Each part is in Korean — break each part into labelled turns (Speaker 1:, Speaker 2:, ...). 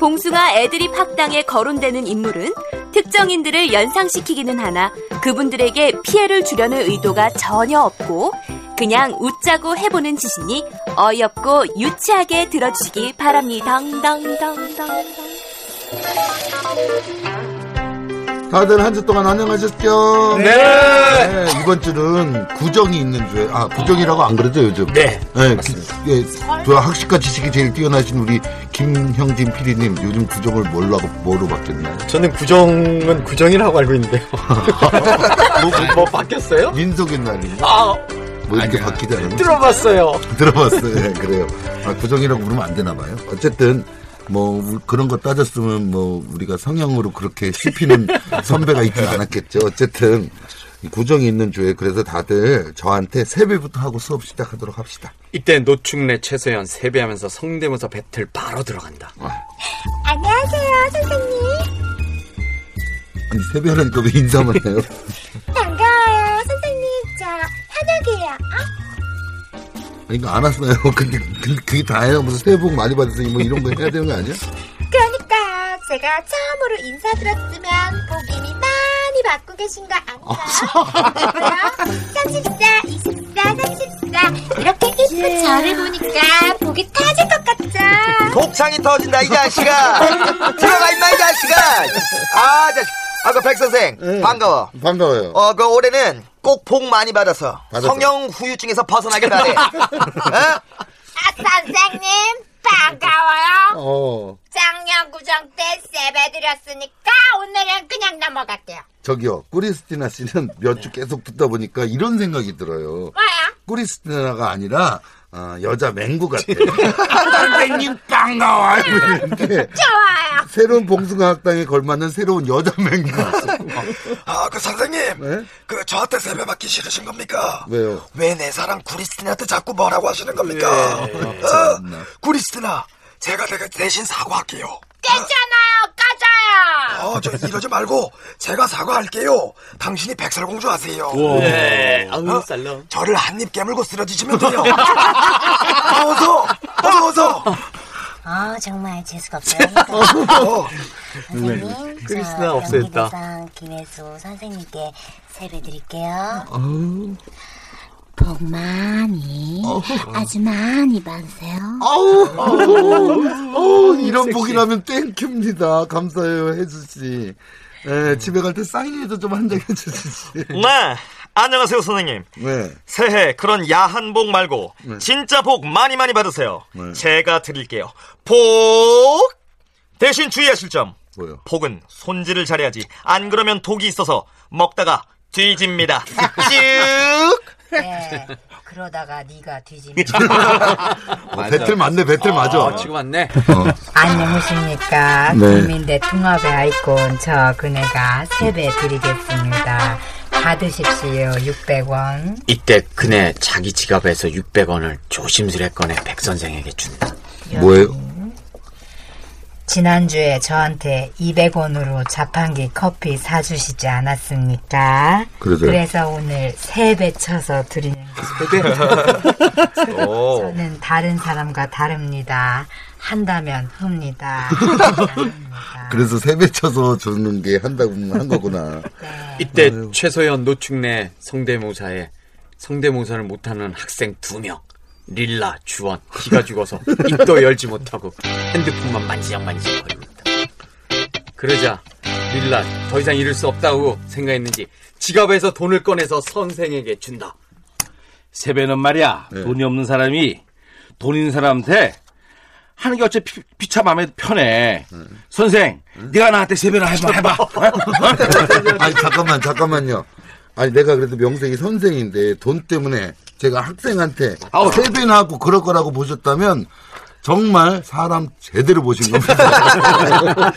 Speaker 1: 봉숭아 애드립 학당에 거론되는 인물은 특정인들을 연상시키기는 하나 그분들에게 피해를 주려는 의도가 전혀 없고 그냥 웃자고 해보는 짓이니 어이없고 유치하게 들어주시기 바랍니다. 덩덩덩덩덩.
Speaker 2: 다들 한 주 동안 안녕하셨죠? 네. 이번 주는 구정이 있는 주에 아 구정이라고 안 그러죠 요즘? 네. 네. 그, 예, 저 학식과 지식이 제일 뛰어나신 우리 김형진 PD님 요즘 구정을 뭘로 하고 뭐로 바뀌었나요?
Speaker 3: 저는 구정은 구정이라고 알고 있는데요. 뭐, 뭐 바뀌었어요?
Speaker 2: 민속의 날이
Speaker 3: 아,
Speaker 2: 뭐 이렇게 바뀌지 않았나?
Speaker 3: 들어봤어요.
Speaker 2: 들어봤어요. 네, 그래요. 아, 구정이라고 부르면 안 되나 봐요. 어쨌든 뭐 우- 그런 거 따졌으면 뭐 우리가 성형으로 그렇게 씹히는 선배가 있진 않았겠죠. 어쨌든 이 구정이 있는 주에 그래서 다들 저한테 세배부터 하고 수업 시작하도록 합시다.
Speaker 4: 이때 노충래 최소연 세배하면서 성대모사 배틀 바로 들어간다.
Speaker 2: 아,
Speaker 5: 안녕하세요, 선생님.
Speaker 2: 아니 세배하라니까 왜 인사만 해요?
Speaker 5: 반가워요, 선생님. 저 현역이에요. 아,
Speaker 2: 아니, 이거 그러니까 안 왔어요. 근데, 근데 그게 다예요. 무슨 새해 복 많이 받으세요. 뭐 이런 거 해야 되는 거 아니야?
Speaker 5: 그러니까요. 제가 처음으로 인사드렸으면 보기 많이 받고 계신 거 아니에요? 34, 24, 34 이렇게 이쁜
Speaker 2: 예.
Speaker 5: 저를 보니까 복이 터질 것 같죠?
Speaker 6: 독창이 터진다 이 자식아 들어가 임마 이 자식아 아 자식 아그 백선생 반가워
Speaker 2: 네. 반가워요.
Speaker 6: 어 그 올해는 꼭 복 많이 받아서
Speaker 2: 받아서.
Speaker 6: 성형 후유증에서 벗어나길 바래 어?
Speaker 5: 아, 선생님. 반가워요.
Speaker 2: 어,
Speaker 5: 작년 구정 때 세배드렸으니까 오늘은 그냥 넘어갈게요.
Speaker 2: 저기요. 꾸리스티나 씨는 몇 주 계속 듣다 보니까 이런 생각이 들어요.
Speaker 5: 뭐야?
Speaker 2: 꾸리스티나가 아니라, 어, 여자 맹구 같아요. 선생님 반가워요. 이렇게.
Speaker 5: 좋아요.
Speaker 2: 새로운 봉숭아 학당에 걸맞는 새로운 여자 맹구.
Speaker 6: 아, 그 선생님.
Speaker 2: 네?
Speaker 6: 그 저한테 세배 받기 싫으신 겁니까?
Speaker 2: 왜요?
Speaker 6: 왜 내 사랑 구리스틴한테 자꾸 뭐라고 하시는 겁니까?
Speaker 2: 예,
Speaker 6: 어? 구리스틴아, 제가 내가 대신 사과할게요.
Speaker 5: 괜찮아요. 까져요.
Speaker 6: 어, 저 이러지 말고 제가 사과할게요. 당신이 백설공주 아세요? 어?
Speaker 3: 네. 아우, 쌀러.
Speaker 6: 저를 한 입 깨물고 쓰러지시면 돼요. 어, 어서, 어서, 어서.
Speaker 5: 아 정말 재수가 없어요.
Speaker 6: 어,
Speaker 7: 네.
Speaker 4: 네.
Speaker 5: 선생님,
Speaker 3: 크리스나 없애겠다.
Speaker 5: 연기대상 김혜수 선생님께 세배 드릴게요. 복 많이, 아주 많이 받으세요.
Speaker 2: 아우, 아우, 아우, 어. 이런 복이라면 땡큐입니다. 감사해요, 혜주씨. 예, 집에 갈 때 사인이라도 좀 한 장 해주시지.
Speaker 4: 네, 안녕하세요 선생님.
Speaker 2: 네.
Speaker 4: 새해 그런 야한 복 말고 진짜 복 많이 많이 받으세요.
Speaker 2: 네.
Speaker 4: 제가 드릴게요. 복 대신 주의하실 점.
Speaker 2: 뭐요?
Speaker 4: 복은 손질을 잘해야지. 안 그러면 독이 있어서 먹다가 뒤집니다. 쭉.
Speaker 5: 네, 그러다가 네가 뒤집니.
Speaker 2: 어, 배틀 맞네, 배틀 맞아. 어.
Speaker 4: 지금 왔네.
Speaker 5: 안녕하십니까.
Speaker 2: 네.
Speaker 5: 국민대 통합의 아이콘 저 그네가 세배 드리겠습니다. 받으십시오. 600원.
Speaker 4: 이때 그네 자기 지갑에서 600원을 조심스레 꺼내 백 선생에게 준다.
Speaker 2: 뭐예요?
Speaker 5: 지난주에 저한테 200원으로 자판기 커피 사주시지 않았습니까?
Speaker 2: 그러세요.
Speaker 5: 그래서 오늘 세배 쳐서 드리는 거예요. 저는 다른 사람과 다릅니다. 한다면 흡니다. 니다
Speaker 2: 그래서 세배 쳐서 주는 게 한다고 한 거구나.
Speaker 4: 이때 최소연 노축내 성대모사에 성대모사를 못하는 학생 두 명 릴라 주원 기가 죽어서 입도 열지 못하고 핸드폰만 만지작만지작거리고 있다 그러자 릴라 더 이상 잃을 수 없다고 생각했는지 지갑에서 돈을 꺼내서 선생에게 준다
Speaker 8: 세배는 말이야 돈이 없는 사람이 돈 있는 사람한테 하는 게 어째 피, 피차 마음에 편해. 선생, 네가 나한테 세배나 해봐, 해봐.
Speaker 2: 아니 잠깐만 잠깐만요. 아니 내가 그래도 명색이 선생인데 돈 때문에 제가 학생한테 세배나 하고 그럴 거라고 보셨다면 정말 사람 제대로 보신 겁니다.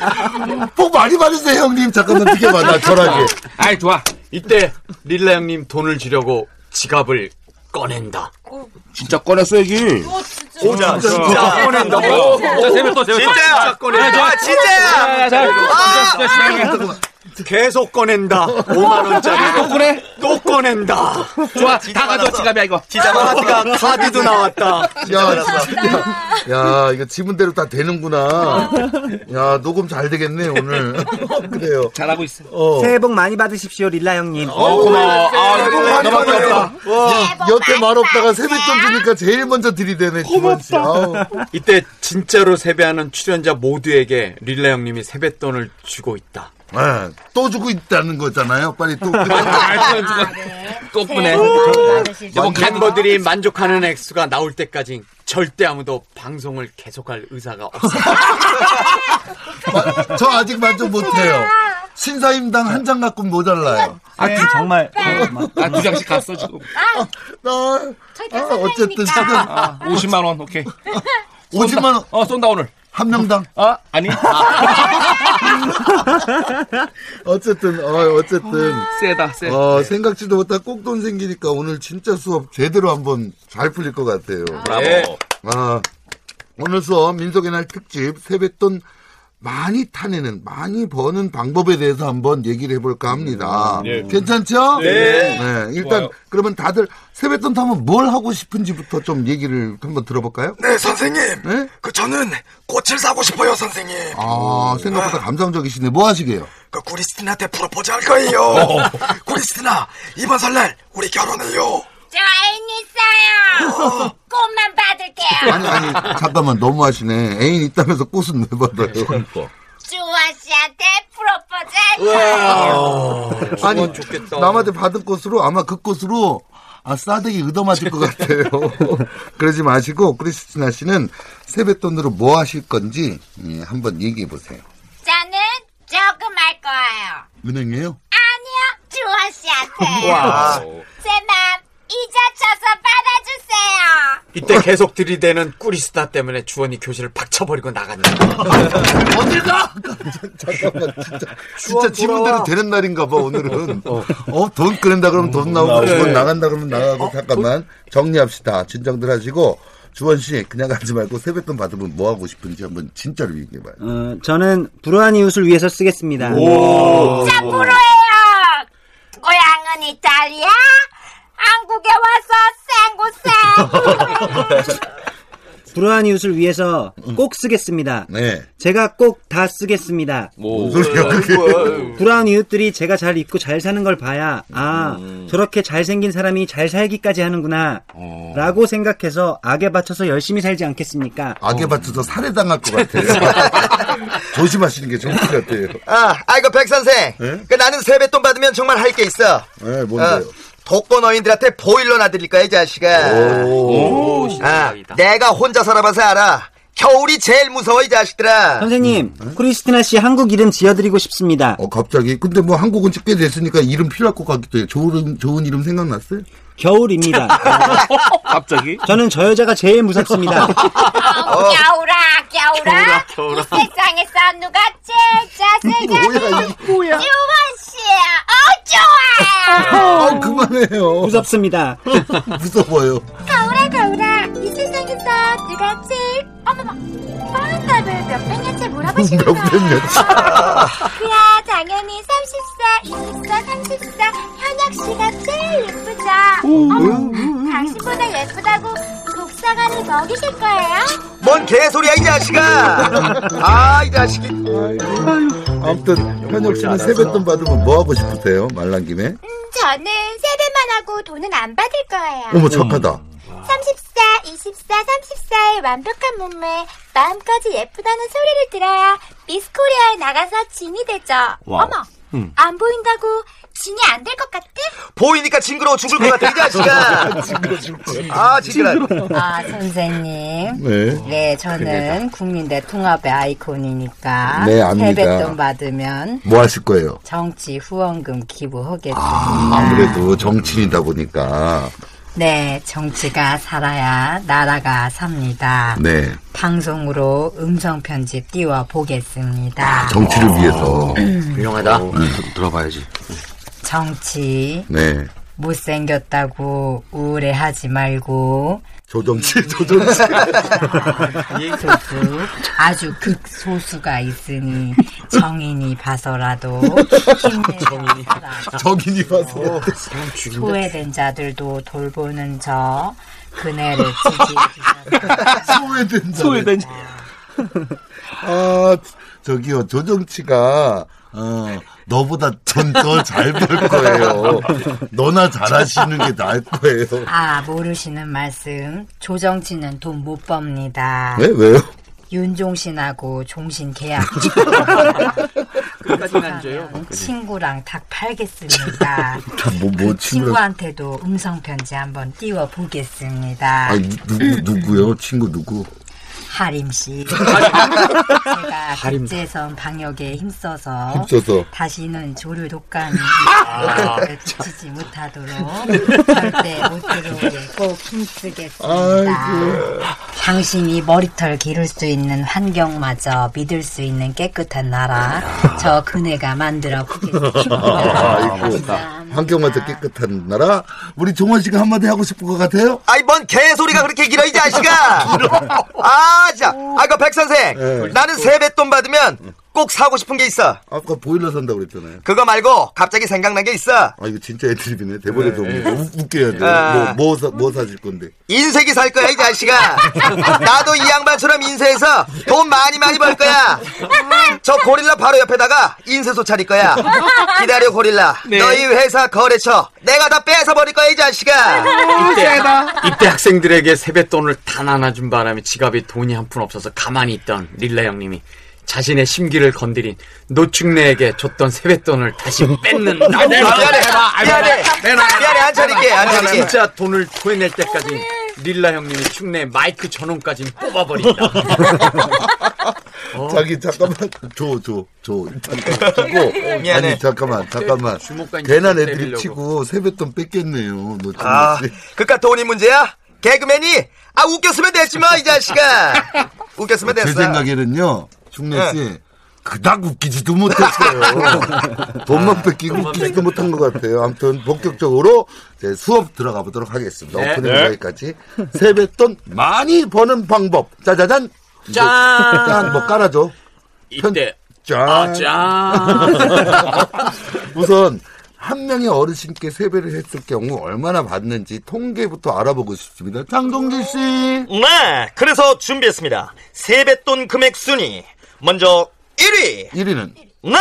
Speaker 2: 복 많이 받으세요 형님. 잠깐만 비켜봐 나 절하게.
Speaker 4: 아이 좋아. 이때 릴라 형님 돈을 주려고 지갑을 꺼낸다.
Speaker 8: 진짜 꺼냈어 여기.
Speaker 4: 진짜, 진짜.
Speaker 8: 꺼낸다. 오, 자, 세배 또, 세배 또.
Speaker 4: 진짜야.
Speaker 8: 꺼내.
Speaker 4: 아,
Speaker 8: 자, 자, 자,
Speaker 4: 진짜야.
Speaker 8: 자, 자, 자, 자, 자.
Speaker 4: 계속 꺼낸다. 5만 원짜리
Speaker 8: 또 꺼내?
Speaker 4: 아, 또 꺼낸다.
Speaker 8: 좋아, 다 가져 지갑이야 이거.
Speaker 4: 진짜 많았다. 카드도 나왔다.
Speaker 2: 야,
Speaker 8: 아,
Speaker 2: 진짜. 야, 이거 지문대로 다 되는구나. 야, 녹음 잘 되겠네, 오늘. 그래요.
Speaker 8: 잘하고 있어.
Speaker 2: 어.
Speaker 9: 새해 복 많이 받으십시오, 릴라 형님.
Speaker 2: 어, 고마워. 아,
Speaker 10: 그
Speaker 2: 이거 많이 받았다. 야, 여태 말 없다가 세뱃돈 주니까 제일 먼저 들이대네, 김원 씨. 아우.
Speaker 4: 이때 진짜로 세배하는 출연자 모두에게 릴라 형님이 세뱃돈을 주고 있다.
Speaker 2: 예, 또 주고 있다는 거잖아요. 빨리 또.
Speaker 4: 또
Speaker 2: 꺼내.
Speaker 4: 네. 여보 멤버들이 뭐 만족하는 액수가 나올 때까지 절대 아무도 방송을 계속할 의사가 없어.
Speaker 2: 저 아직 만족 못해요. 신사임당 한 장 갖고 모자라요.
Speaker 9: 아, 그 정말.
Speaker 8: 네.
Speaker 9: 아,
Speaker 8: 아, 두 장씩 갔어 지금.
Speaker 2: 나, 아, 어쨌든 지금.
Speaker 8: 아, 50만 원 오케이.
Speaker 2: 50만 원.
Speaker 8: 어, 쏜다 오늘.
Speaker 2: 한 명당.
Speaker 8: 아, 아니.
Speaker 2: 어쨌든, 어, 어쨌든.
Speaker 9: 아,
Speaker 8: 아, 세다, 세.
Speaker 2: 어, 생각지도 못한 꼭돈 생기니까 오늘 진짜 수업 제대로 한번 잘 풀릴 것 같아요.
Speaker 8: 브라보. 예.
Speaker 2: 아, 오늘 수업 민속의 날 특집 세뱃돈 많이 타내는, 많이 버는 방법에 대해서 한번 얘기를 해볼까 합니다.
Speaker 8: 예.
Speaker 2: 괜찮죠?
Speaker 8: 네.
Speaker 2: 일단
Speaker 8: 좋아요.
Speaker 2: 그러면 다들 세뱃돈 타면 뭘 하고 싶은지부터 좀 얘기를 한번 들어볼까요?
Speaker 6: 네, 선생님.
Speaker 2: 네?
Speaker 6: 그 저는 꽃을 사고 싶어요, 선생님.
Speaker 2: 아, 생각보다 감상적이시네. 뭐 하시게요?
Speaker 6: 그 구리스틴한테 프로포즈 할 거예요.
Speaker 2: 어.
Speaker 6: 구리스틴아, 이번 설날 우리 결혼해요.
Speaker 5: 저 애인 있어요. 꽃만 받을게요.
Speaker 2: 아니, 아니, 잠깐만, 너무하시네. 애인 있다면서 꽃은 왜 받아요?
Speaker 8: 그러니까.
Speaker 5: 주원 씨한테 프로포즈.
Speaker 2: 아니 남한테 받은 것으로 아마 그 것으로 아 싸대기 얻어맞을 것 같아요. 그러지 마시고 크리스티나 씨는 세뱃돈으로 뭐 하실 건지 예, 한번 얘기해 보세요.
Speaker 5: 저는 저금할 거예요.
Speaker 2: 은행이에요?
Speaker 5: 아니요, 주원 씨한테.
Speaker 4: 와.
Speaker 5: 제맘 이자 쳐서 받아주세요.
Speaker 4: 이때 계속 들이대는 꾸리스타 때문에 주원이 교실을 박쳐버리고 나간다.
Speaker 2: 어딜 가? 잠깐만 진짜 진짜 지문대로 되는 날인가 봐 오늘은. 어 돈 끊는다 그러면 돈 나오고 어,
Speaker 8: 나오네.
Speaker 2: 돈 나간다 그러면 나가고 잠깐만 정리합시다. 진정들 하시고 주원 씨 그냥 가지 말고 세뱃돈 받으면 뭐 하고 싶은지 한번 진짜로 얘기해 봐요.
Speaker 9: 어, 저는 불우한 이웃을 위해서 쓰겠습니다.
Speaker 5: 자, 프로예요. 고향은 이탈리아. 한국에 와서 쌩구쌩.
Speaker 9: 불우한 이웃을 위해서 꼭 쓰겠습니다.
Speaker 2: 네.
Speaker 9: 제가 꼭 다 쓰겠습니다.
Speaker 2: 무슨 소리야 그게?
Speaker 9: 불우한 이웃들이 제가 잘 입고 잘 사는 걸 봐야 아
Speaker 2: 음.
Speaker 9: 저렇게 잘생긴 사람이 잘 살기까지 하는구나
Speaker 2: 어.
Speaker 9: 라고 생각해서 악에 받쳐서 열심히 살지 않겠습니까?
Speaker 2: 악에 받쳐서 살해당할 것 같아요. 조심하시는 게 좋을 것 같아요.
Speaker 10: 아, 아이고 백 선생.
Speaker 2: 예?
Speaker 10: 그 나는 세뱃돈 받으면 정말 할 게 있어.
Speaker 2: 네, 뭔데요?
Speaker 9: 아,
Speaker 10: 어, 독거 너인들한테 보일러 놔드릴 거야, 이 자식아.
Speaker 2: 오. 오,
Speaker 10: 아, 내가 혼자 살아봐서 알아. 겨울이 제일 무서워, 이 자식들아.
Speaker 9: 선생님 크리스티나 씨 한국 이름 지어드리고 싶습니다.
Speaker 2: 어, 갑자기. 근데 뭐 한국은 꽤 됐으니까 이름 필요할 것 같기도 해요. 좋은, 좋은 이름 생각났어요?
Speaker 9: 겨울입니다.
Speaker 8: 갑자기?
Speaker 9: 저는 저 여자가 제일 무섭습니다.
Speaker 5: 어, 겨울아, 겨울아. 이 세상에서 누가 제일
Speaker 2: 뭐야,
Speaker 5: 잘생겼니?
Speaker 2: 이- 뭐야.
Speaker 5: 주원 어, 씨. 어, 좋아요.
Speaker 2: 아, 그만해요.
Speaker 9: 무섭습니다.
Speaker 2: 무서워요.
Speaker 5: 가오라 가오라 이 세상에서 누가 제일 어머머 빠른 답을 몇백 년째 물어보시는 거야
Speaker 2: 몇백 년째.
Speaker 5: 그야 당연히 34, 24, 34 현혁씨가 제일 예쁘죠 어머 당신보다 예쁘다고 독사관을 먹이실 거예요?
Speaker 10: 뭔 개소리야, 이 자식아. 아, 이 자식이.
Speaker 2: 아무튼, 현역 씨는 세뱃돈 받으면 뭐 하고 싶으세요? 말란 김에?
Speaker 5: 음, 저는 세배만 하고 돈은 안 받을 거예요
Speaker 9: 음.
Speaker 2: 어머, 착하다.
Speaker 5: 34, 24, 34의 완벽한 몸매, 마음까지 예쁘다는 소리를 들어야 미스코리아에 나가서 진이 되죠.
Speaker 8: 와우.
Speaker 5: 어머,
Speaker 8: 음.
Speaker 5: 안 보인다고 진이 안 될 것 같아?
Speaker 10: 보이니까 징그러워 죽을 것 같아, 이 자식아. 징그러워 죽지. 아, 징그러워.
Speaker 7: 아, 선생님.
Speaker 2: 네.
Speaker 7: 저는
Speaker 2: 그래요.
Speaker 7: 국민대 통합의 아이콘이니까.
Speaker 2: 네, 압니다.
Speaker 7: 세뱃돈 받으면
Speaker 2: 뭐 하실 거예요?
Speaker 7: 정치 후원금 기부하겠습니다.
Speaker 2: 아무래도 정치인이다 보니까.
Speaker 7: 네, 정치가 살아야 나라가 삽니다.
Speaker 2: 네.
Speaker 7: 방송으로 음성 편집 띄워 보겠습니다.
Speaker 2: 아,
Speaker 7: 음,
Speaker 2: 정치를 위해서.
Speaker 4: 음. 훌륭하다.
Speaker 2: 들어봐야지.
Speaker 7: 정치
Speaker 2: 네.
Speaker 7: 못생겼다고 우울해하지 말고
Speaker 2: 조정치, 조정치.
Speaker 7: 소수 아주 극소수가 있으니 정인이 봐서라도 힘내서
Speaker 2: 정인이 봐서.
Speaker 7: 소외된 자들도 돌보는 저 그네를 지지해주셔서
Speaker 2: 소외된 자. 소외된 자. 아, 저기요, 조정치가, 어, 너보다 전 더 잘 볼 거예요. 너나 잘하시는 게 나을 거예요.
Speaker 7: 아 모르시는 말씀 조정치는 돈 못 법니다
Speaker 2: 왜, 왜요?
Speaker 7: 윤종신하고 종신 계약 친구랑 닭 팔겠습니다
Speaker 2: 뭐, 뭐, 친구.
Speaker 7: 친구한테도 음성 편지 한번 띄워 보겠습니다
Speaker 2: 아, 누, 누, 누구요? 친구 누구?
Speaker 7: 하림 씨 제가
Speaker 2: 하림.
Speaker 7: 국제선 방역에 힘써서,
Speaker 2: 힘써서.
Speaker 7: 다시는 조류 독감이
Speaker 2: 아.
Speaker 7: 붙이지 못하도록 절대 못 들어오게 꼭 힘쓰겠습니다. 당신이 머리털 기를 수 있는 환경마저 믿을 수 있는 깨끗한 나라 저 그네가 만들어 보겠습니다.
Speaker 2: 아이고, 환경마저 깨끗한 나라. 우리 종원 씨가 한마디 하고 싶은 것 같아요?
Speaker 10: 아이, 뭔 개소리가 그렇게 길어, 이 자식아! 아, 자. 아, 이거 백선생.
Speaker 2: 네.
Speaker 10: 나는 세뱃돈 받으면 꼭 사고 싶은 게 있어.
Speaker 2: 아까 보일러 산다고 그랬잖아요.
Speaker 10: 그거 말고 갑자기 생각난 게 있어.
Speaker 2: 아, 이거 진짜 애드립이네. 대본에도
Speaker 10: 네.
Speaker 2: 없는 거. 웃- 웃겨야 돼. 뭐,
Speaker 10: 아.
Speaker 2: 뭐, 사, 뭐 사실 건데.
Speaker 10: 인색이 살 거야, 이 자식아. 나도 이 양반처럼 인쇄해서 돈 많이 많이 벌 거야. 저 고릴라 바로 옆에다가 인쇄소 차릴 거야. 기다려, 고릴라.
Speaker 4: 네.
Speaker 10: 너희 회사 거래처. 내가 다 뺏어 버릴 거야, 이 자식아.
Speaker 4: 네. 이때 학생들에게 세뱃돈을 다 나눠준 바람에 지갑에 돈이 한 푼 없어서 가만히 있던 릴라 형님이 자신의 심기를 건드린 노충내에게 줬던 세뱃돈을 다시 뺏는
Speaker 10: 아, 미안해. 미안해. 미안해, 안 차릴게, 안 차릴게.
Speaker 4: 진짜 돈을 토해낼 때까지 릴라 형님이 축내 마이크 전원까지 뽑아버린다
Speaker 2: 어? 자기, 잠깐만. 줘, 줘, 줘. 잠깐 주고.
Speaker 4: 미안해.
Speaker 2: 아니, 잠깐만, 잠깐만.
Speaker 10: 주먹과 이제
Speaker 2: 괜한
Speaker 10: 때리려고.
Speaker 2: 애드립 치고 세뱃돈 뺏겠네요. 너
Speaker 10: 아, 그니까 돈이 문제야? 개그맨이? 아, 웃겼으면 됐지, 뭐, 이 자식아. 웃겼으면 됐어.
Speaker 2: 제 생각에는요, 충래 씨
Speaker 10: 네.
Speaker 2: 그닥 웃기지도 못했어요. 아, 돈만 뺏기고 웃기지도 못한 것 같아요. 아무튼 본격적으로 이제 수업 들어가 보도록 하겠습니다.
Speaker 4: 네.
Speaker 2: 오프닝
Speaker 4: 네.
Speaker 2: 여기까지 세뱃돈 많이 버는 방법. 짜자잔.
Speaker 4: 짠.
Speaker 2: 짠뭐 깔아줘.
Speaker 4: 이때
Speaker 2: 짠.
Speaker 4: 아, 짠.
Speaker 2: 우선 한 명의 어르신께 세배를 했을 경우 얼마나 받는지 통계부터 알아보고 싶습니다. 장동진 씨.
Speaker 11: 네, 그래서 준비했습니다. 세뱃돈 금액 순위. 먼저 1위.
Speaker 2: 1위는?
Speaker 11: 네,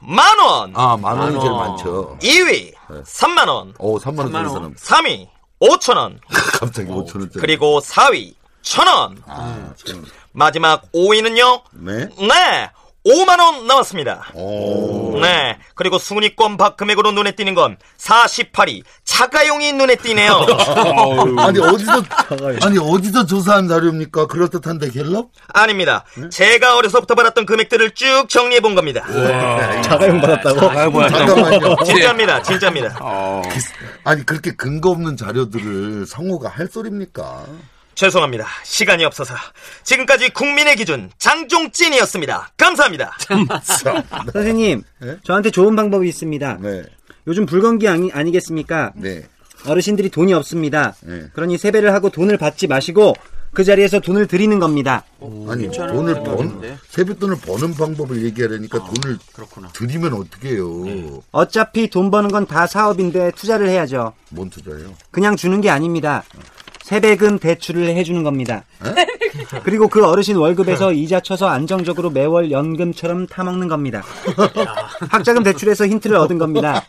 Speaker 11: 만 원.
Speaker 2: 아, 만 원이
Speaker 4: 어.
Speaker 2: 제일 많죠.
Speaker 11: 2위,
Speaker 2: 네.
Speaker 11: 3만 원.
Speaker 2: 오, 3만 원 쓰는 사람. 아,
Speaker 11: 3위, 5천 원.
Speaker 2: 갑자기 5천 원짜리.
Speaker 11: 그리고 4위, 천 원.
Speaker 2: 아, 참.
Speaker 11: 마지막 5위는요.
Speaker 2: 네.
Speaker 11: 네, 5만 원 남았습니다.
Speaker 2: 오.
Speaker 11: 네, 그리고 순위권 박금액으로 눈에 띄는 건 48위 차가용이 눈에 띄네요.
Speaker 2: 아니 어디서 아니 어디서 조사한 자료입니까? 그럴듯한데 갤럽?
Speaker 11: 아닙니다. 제가 어려서부터 받았던 금액들을 쭉 정리해 본 겁니다.
Speaker 2: 네. 자가용 받았다고? 예. 잠깐만요.
Speaker 11: 진짜입니다. 진짜입니다.
Speaker 2: 아. 그, 아니 그렇게 근거 없는 자료들을 성우가 할 소리입니까?
Speaker 11: 죄송합니다. 시간이 없어서 지금까지 국민의 기준 장종찐이었습니다. 감사합니다.
Speaker 2: 네.
Speaker 9: 선생님, 저한테 좋은 방법이 있습니다. 요즘 불건기 아니, 겠습니까
Speaker 2: 네.
Speaker 9: 어르신들이 돈이 없습니다.
Speaker 2: 예.
Speaker 9: 그러니 세배를 하고 돈을 받지 마시고 그 자리에서 돈을 드리는 겁니다.
Speaker 2: 아니 돈을
Speaker 11: 네.
Speaker 2: 번 세뱃돈을 버는 방법을 얘기하려니까
Speaker 5: 아,
Speaker 2: 돈을 드리면 어떻게 해요?
Speaker 9: 어차피 돈 버는 건 다 사업인데 투자를 해야죠.
Speaker 2: 뭔 투자예요?
Speaker 9: 그냥 주는 게 아닙니다. 세배금 대출을 해주는 겁니다.
Speaker 2: 네.
Speaker 9: 그리고 그 어르신 월급에서 이자 쳐서 안정적으로 매월 연금처럼 타먹는 겁니다. 학자금 대출에서 힌트를 얻은 겁니다.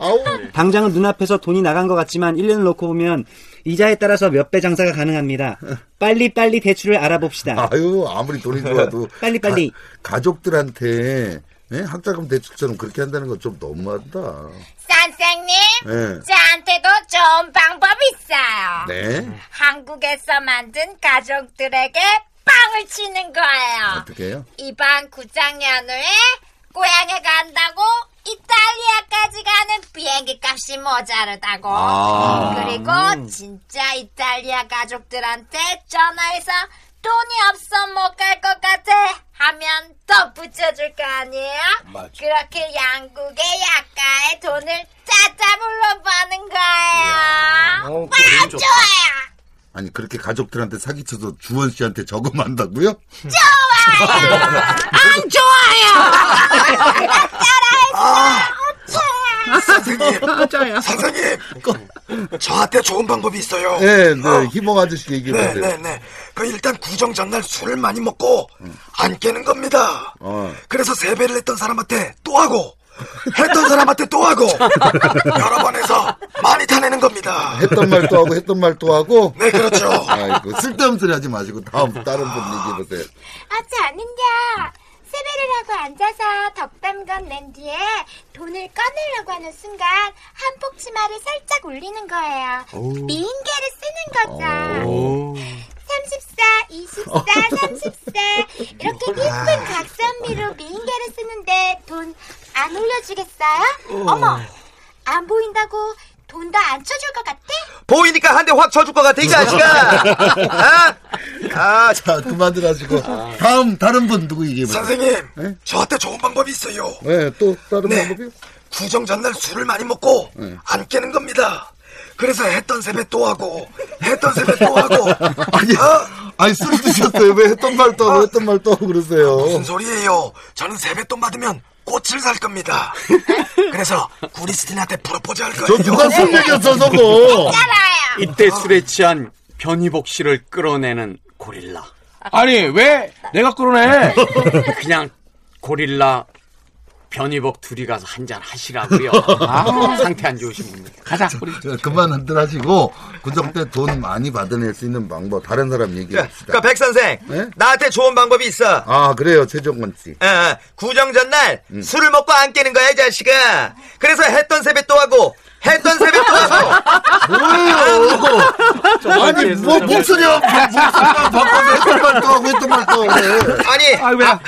Speaker 9: 당장은 눈앞에서 돈이 나간 것 같지만 1년을 놓고 보면 이자에 따라서 몇 배 장사가 가능합니다. 빨리빨리 대출을 알아봅시다.
Speaker 2: 아유 아무리 돈이 좋아도
Speaker 9: 빨리빨리.
Speaker 2: 가, 족들한테 예? 학자금 대출처럼 그렇게 한다는 건 좀 너무하다.
Speaker 5: 선생님,
Speaker 2: 네.
Speaker 5: 저한테도 좋은 방법이 있어요.
Speaker 2: 네?
Speaker 5: 한국에서 만든 가족들에게 빵을 치는 거예요.
Speaker 2: 어떻게 해요?
Speaker 5: 이번 구장년 후에 고향에 간다고 이탈리아까지 가는 비행기 값이 모자르다고.
Speaker 12: 아.
Speaker 5: 그리고 진짜 이탈리아 가족들한테 전화해서 돈이 없어 못 갈 것 같아 하면 더 붙여줄 거 아니에요?
Speaker 12: 맞아.
Speaker 5: 그렇게 양국의 약가의 돈을 짜짜불로 버는 거예요.
Speaker 2: 어,
Speaker 5: 와, 좋아요.
Speaker 2: 아니 그렇게 가족들한테 사기쳐서 주원 씨한테 저금한다고요?
Speaker 5: 안 좋아요.
Speaker 6: 선생님. 선생님. 저한테 좋은 방법이 있어요.
Speaker 2: 네, 네, 희봉 아저씨 얘기해
Speaker 6: 네,
Speaker 2: 보세요.
Speaker 6: 네, 네. 그 일단 구정 전날 술을 많이 먹고
Speaker 11: 네,
Speaker 6: 안 깨는 겁니다.
Speaker 2: 어.
Speaker 6: 그래서 세배를 했던 사람한테 또 하고 했던 사람한테 또 하고 여러 번 해서 많이 타내는 겁니다.
Speaker 2: 했던 말 또 하고 했던 말 또 하고.
Speaker 6: 네, 그렇죠.
Speaker 2: 아이고 쓸데없는 소리 하지 마시고 다음 다른 분 얘기해 보세요.
Speaker 5: 아, 저는요. 세배를 하고 앉아서 덕담건 낸 뒤에 돈을 꺼내려고 하는 순간 한폭 치마를 살짝 올리는 거예요.
Speaker 12: 오.
Speaker 5: 미인계를 쓰는 거죠.
Speaker 12: 오.
Speaker 5: 34, 24, 34 이렇게 예쁜 각선미로 미인계를 쓰는데 돈 안 올려주겠어요? 어머, 안 보인다고 돈 더 안 쳐줄 것 같아?
Speaker 10: 보이니까 한 대 확 쳐줄 것 같아 이 자식아.
Speaker 2: 아, 자 그만들 하시고 다음 다른 분 누구 얘기해 보세요.
Speaker 6: 선생님,
Speaker 2: 네?
Speaker 6: 저한테 좋은 방법이 있어요.
Speaker 2: 네, 또 다른
Speaker 6: 네.
Speaker 2: 방법이요?
Speaker 6: 구정 전날 술을 많이 먹고
Speaker 2: 네.
Speaker 6: 안 깨는 겁니다. 그래서 했던 세배 또 하고 했던 세배 또 하고
Speaker 2: 아니, 아니 술 드셨어요? 왜 했던 말 또 하고 했던 말 또 하고 그러세요?
Speaker 6: 아. 무슨 소리예요? 저는 세뱃돈 받으면 꽃을 살 겁니다. 그래서 구리스틴한테 프로포즈 할 거예요. 아,
Speaker 4: 저 누가 술 얘기했어, 저거? 이때 술에 취한 변희복 씨를 끌어내는 고릴라.
Speaker 8: 아니 왜 내가 끌어내?
Speaker 4: 그냥 고릴라 변희복 둘이 가서 한잔 하시라고요.
Speaker 2: 아.
Speaker 4: 상태 안 좋으신 분들.
Speaker 2: 가자. 그만들 하시고 구정 때 돈 많이 받아낼 수 있는 방법 다른 사람
Speaker 6: 네.
Speaker 2: 얘기해 봅시다.
Speaker 10: 그러니까 백 선생
Speaker 2: 네?
Speaker 10: 나한테 좋은 방법이 있어.
Speaker 2: 아 그래요 최종원 씨.
Speaker 10: 어, 어, 구정 전날 술을 먹고 안 깨는 거야 이 자식아. 그래서 했던 세배 또 하고 했던 세배 또 하고.
Speaker 2: 뭐예요? 아니 뭐 목소리야 목소리만 바꿔서 했던 말 또 하고 했던 말 또 하고.
Speaker 10: 아니 아,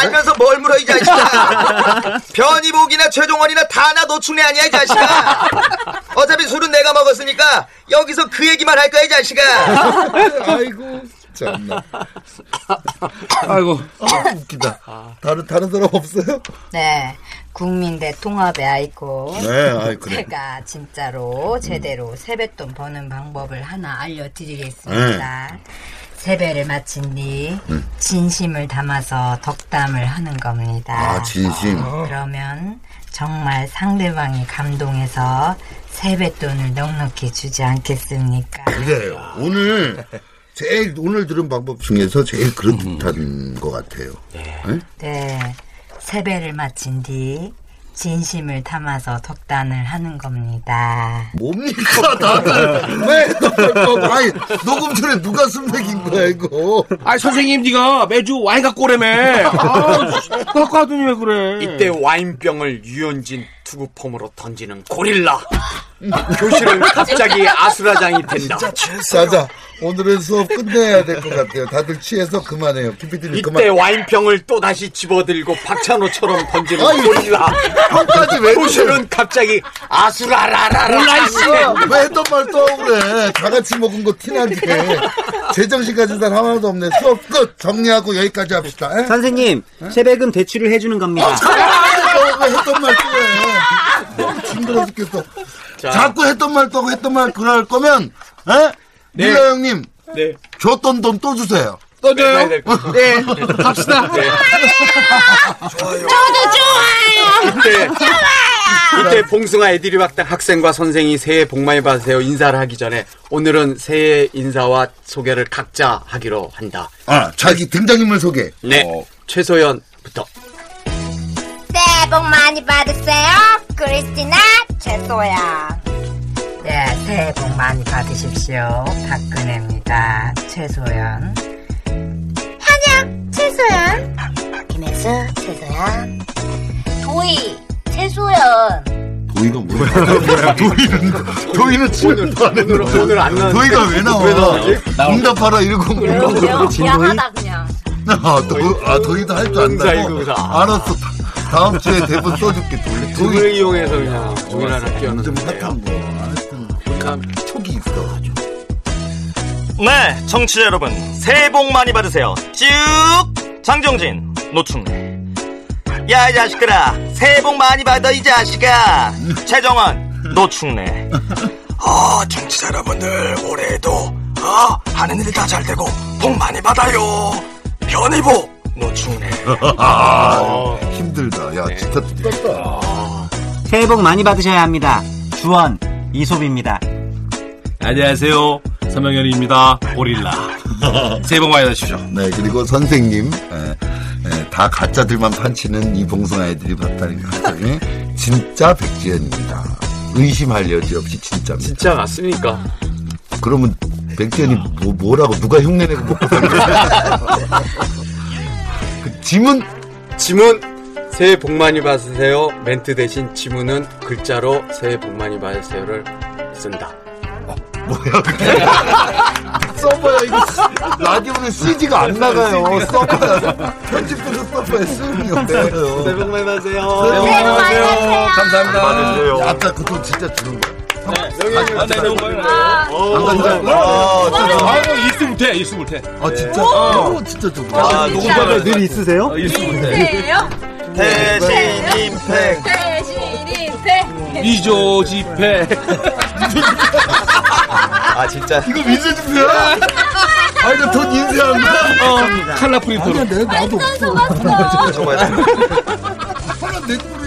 Speaker 10: 알면서 뭘 물어 이 자식아. 변이복이나 최종원이나 다 나 노충래 아니야 이 자식아. 어차피 술은 내가 먹었으니까 여기서 그 얘기만 할 거야 이 자식아.
Speaker 2: 아이고 참나. 아이고 아, 웃기다. 다른 다른 사람 없어요?
Speaker 7: 네. 국민대 통합의 아이콘.
Speaker 2: 네, 아이, 그래.
Speaker 7: 제가 진짜로 제대로 세뱃돈 버는 방법을 하나 알려드리겠습니다.
Speaker 2: 네.
Speaker 7: 세배를 마친 뒤
Speaker 2: 음.
Speaker 7: 진심을 담아서 덕담을 하는 겁니다. 어,
Speaker 2: 아, 진심.
Speaker 7: 그러면 정말 상대방이 감동해서 세뱃돈을 넉넉히 주지 않겠습니까?
Speaker 2: 그래요. 오늘 제일 오늘 들은 방법 중에서 제일 그럴듯한 것 같아요. 네?
Speaker 7: 네, 세배를 마친 뒤 진심을 담아서 덕단을 하는 겁니다.
Speaker 2: 뭡니까 나는 왜 너무 아니 녹음 전에 누가 숨맥인 거야 이거
Speaker 8: 아 선생님 네가 매주 와인 갖고 오래며 갖고 하더니 왜 그래
Speaker 4: 이때 와인병을 유연진 투구폼으로 던지는 고릴라. 교실은 갑자기 아수라장이 된다.
Speaker 2: 자자 오늘은 수업 끝내야 될 것 같아요 다들 취해서 그만해요 김PD님 그만
Speaker 4: 이때 와인병을 또 다시 집어들고 박찬호처럼 던지는
Speaker 2: 아이,
Speaker 4: 고릴라.
Speaker 2: 형까지 왜 그래?
Speaker 4: 교실은 갑자기 아수라라라라.
Speaker 2: 왜 했던 말 또 그래 다 같이 먹은 거 티나게 제정신 가진 사람 하나도 없네 수업 끝 정리하고 여기까지 합시다 예? 어, 에?
Speaker 9: 선생님, 세배금 대출을 해주는 겁니다.
Speaker 2: 아, 했던 말 또 해. 힘들어 죽겠어. 자꾸 했던 말 또 하고 했던 말 그럴 거면, 에?
Speaker 8: 네.
Speaker 2: 밀라 형님,
Speaker 8: 네.
Speaker 2: 줬던 돈 또 주세요.
Speaker 8: 또 줘요? 네,
Speaker 2: 네.
Speaker 8: 갑시다.
Speaker 12: 저도 좋아요.
Speaker 4: 이때 이때 봉숭아 애들이 박당 학생과 선생이 새해 복 많이 받으세요 인사를 하기 전에 오늘은 새해 인사와 소개를 각자 하기로 한다.
Speaker 2: 아, 자기 등장인물 소개.
Speaker 4: 네. 최소연부터.
Speaker 5: 새해 복 많이 받으세요. 크리스티나 채소야.
Speaker 7: 네, 새해 복 많이 받으십시오. 박근혜입니다. 최소연.
Speaker 5: 한양 채소야.
Speaker 7: 김혜수, 최소연.
Speaker 5: 도희, 최소연.
Speaker 2: 도희가 뭐야? 도희는 도희는 치면도 안 했는데
Speaker 4: 오늘 안 나왔는데.
Speaker 2: 도희가 왜 나와?
Speaker 4: 왜 나오지?
Speaker 2: 응답하라
Speaker 5: 그냥
Speaker 2: 1009.
Speaker 5: 야하다 그냥.
Speaker 2: 아, 도, 아 도희도 할 줄 안다.
Speaker 4: 응사이구사.
Speaker 2: 알았어. 다- 다음 주에 대본 써줄게. 도희.
Speaker 4: 둘을 이용해서 그냥 종이라를
Speaker 2: 좀 핫한 거.
Speaker 4: 띄워놓은
Speaker 2: 촉이 있어.
Speaker 11: 네, 청취자 여러분, 새해 복 많이 받으세요. 쭉! 장정진, 노충래. 야, 이 자식들아, 새해 복 많이 받아, 이 자식아! 최정원, 노충래.
Speaker 6: 아, 청취자 여러분들, 올해에도, 아, 하는 일 다 잘 되고, 복 많이 받아요. 변이보, 노충래.
Speaker 2: 아, 힘들다. 야, 진짜 죽겠다.
Speaker 9: 새해 복 많이 받으셔야 합니다. 주원 이솝입니다.
Speaker 8: 안녕하세요. 서명현입니다. 오릴라. 새해 복 많이 받으십시오.
Speaker 2: 네, 그리고 선생님. 에, 에, 다 가짜들만 판치는 이봉성 아이들이 봤다는 갑자기 진짜 백지연입니다. 의심할 여지 없이 진짜입니다.
Speaker 4: 진짜 났으니까.
Speaker 2: 그러면 백지연이 뭐, 뭐라고 누가 흉내내고 먹고 사는 거야? 그 짐은
Speaker 4: 지문 새해 복 많이 받으세요 멘트 대신 지문은 글자로 새해 복 많이 받으세요를 쓴다.
Speaker 2: 뭐야 그게? 써봐요 이거 라디오는 CG가 안 나가요. 써봐요. 편집부터 써봐요. 수음이 없어요.
Speaker 4: 새해 복 많이 받으세요.
Speaker 2: 새해 복 많이
Speaker 8: 받으세요. 감사합니다. 받으세요.
Speaker 2: 아까 그돈 진짜 주는 거야.
Speaker 8: 아, 네, 너무 많이
Speaker 2: 감사합니다.
Speaker 8: 아,
Speaker 2: 아,
Speaker 8: 진짜. 아, 이거 있으면 돼, 있으면 돼.
Speaker 2: 아, 진짜? 오, 진짜 좋다.
Speaker 8: 아,
Speaker 2: 진짜.
Speaker 8: 녹음방에 늘
Speaker 9: 있으세요?
Speaker 8: 있으면 돼.
Speaker 5: 대요?
Speaker 8: 네. 대신임팩.
Speaker 5: 대신임팩.
Speaker 8: 이조 집회.
Speaker 11: 아, 진짜.
Speaker 2: 이거 미세 집회야? 아, 이거 돈 인쇄한 거?
Speaker 8: 어, 칼라 프린터로.
Speaker 2: 아니야, 내, 나도 없어.
Speaker 5: 아,
Speaker 11: 정말.
Speaker 2: 하나 내고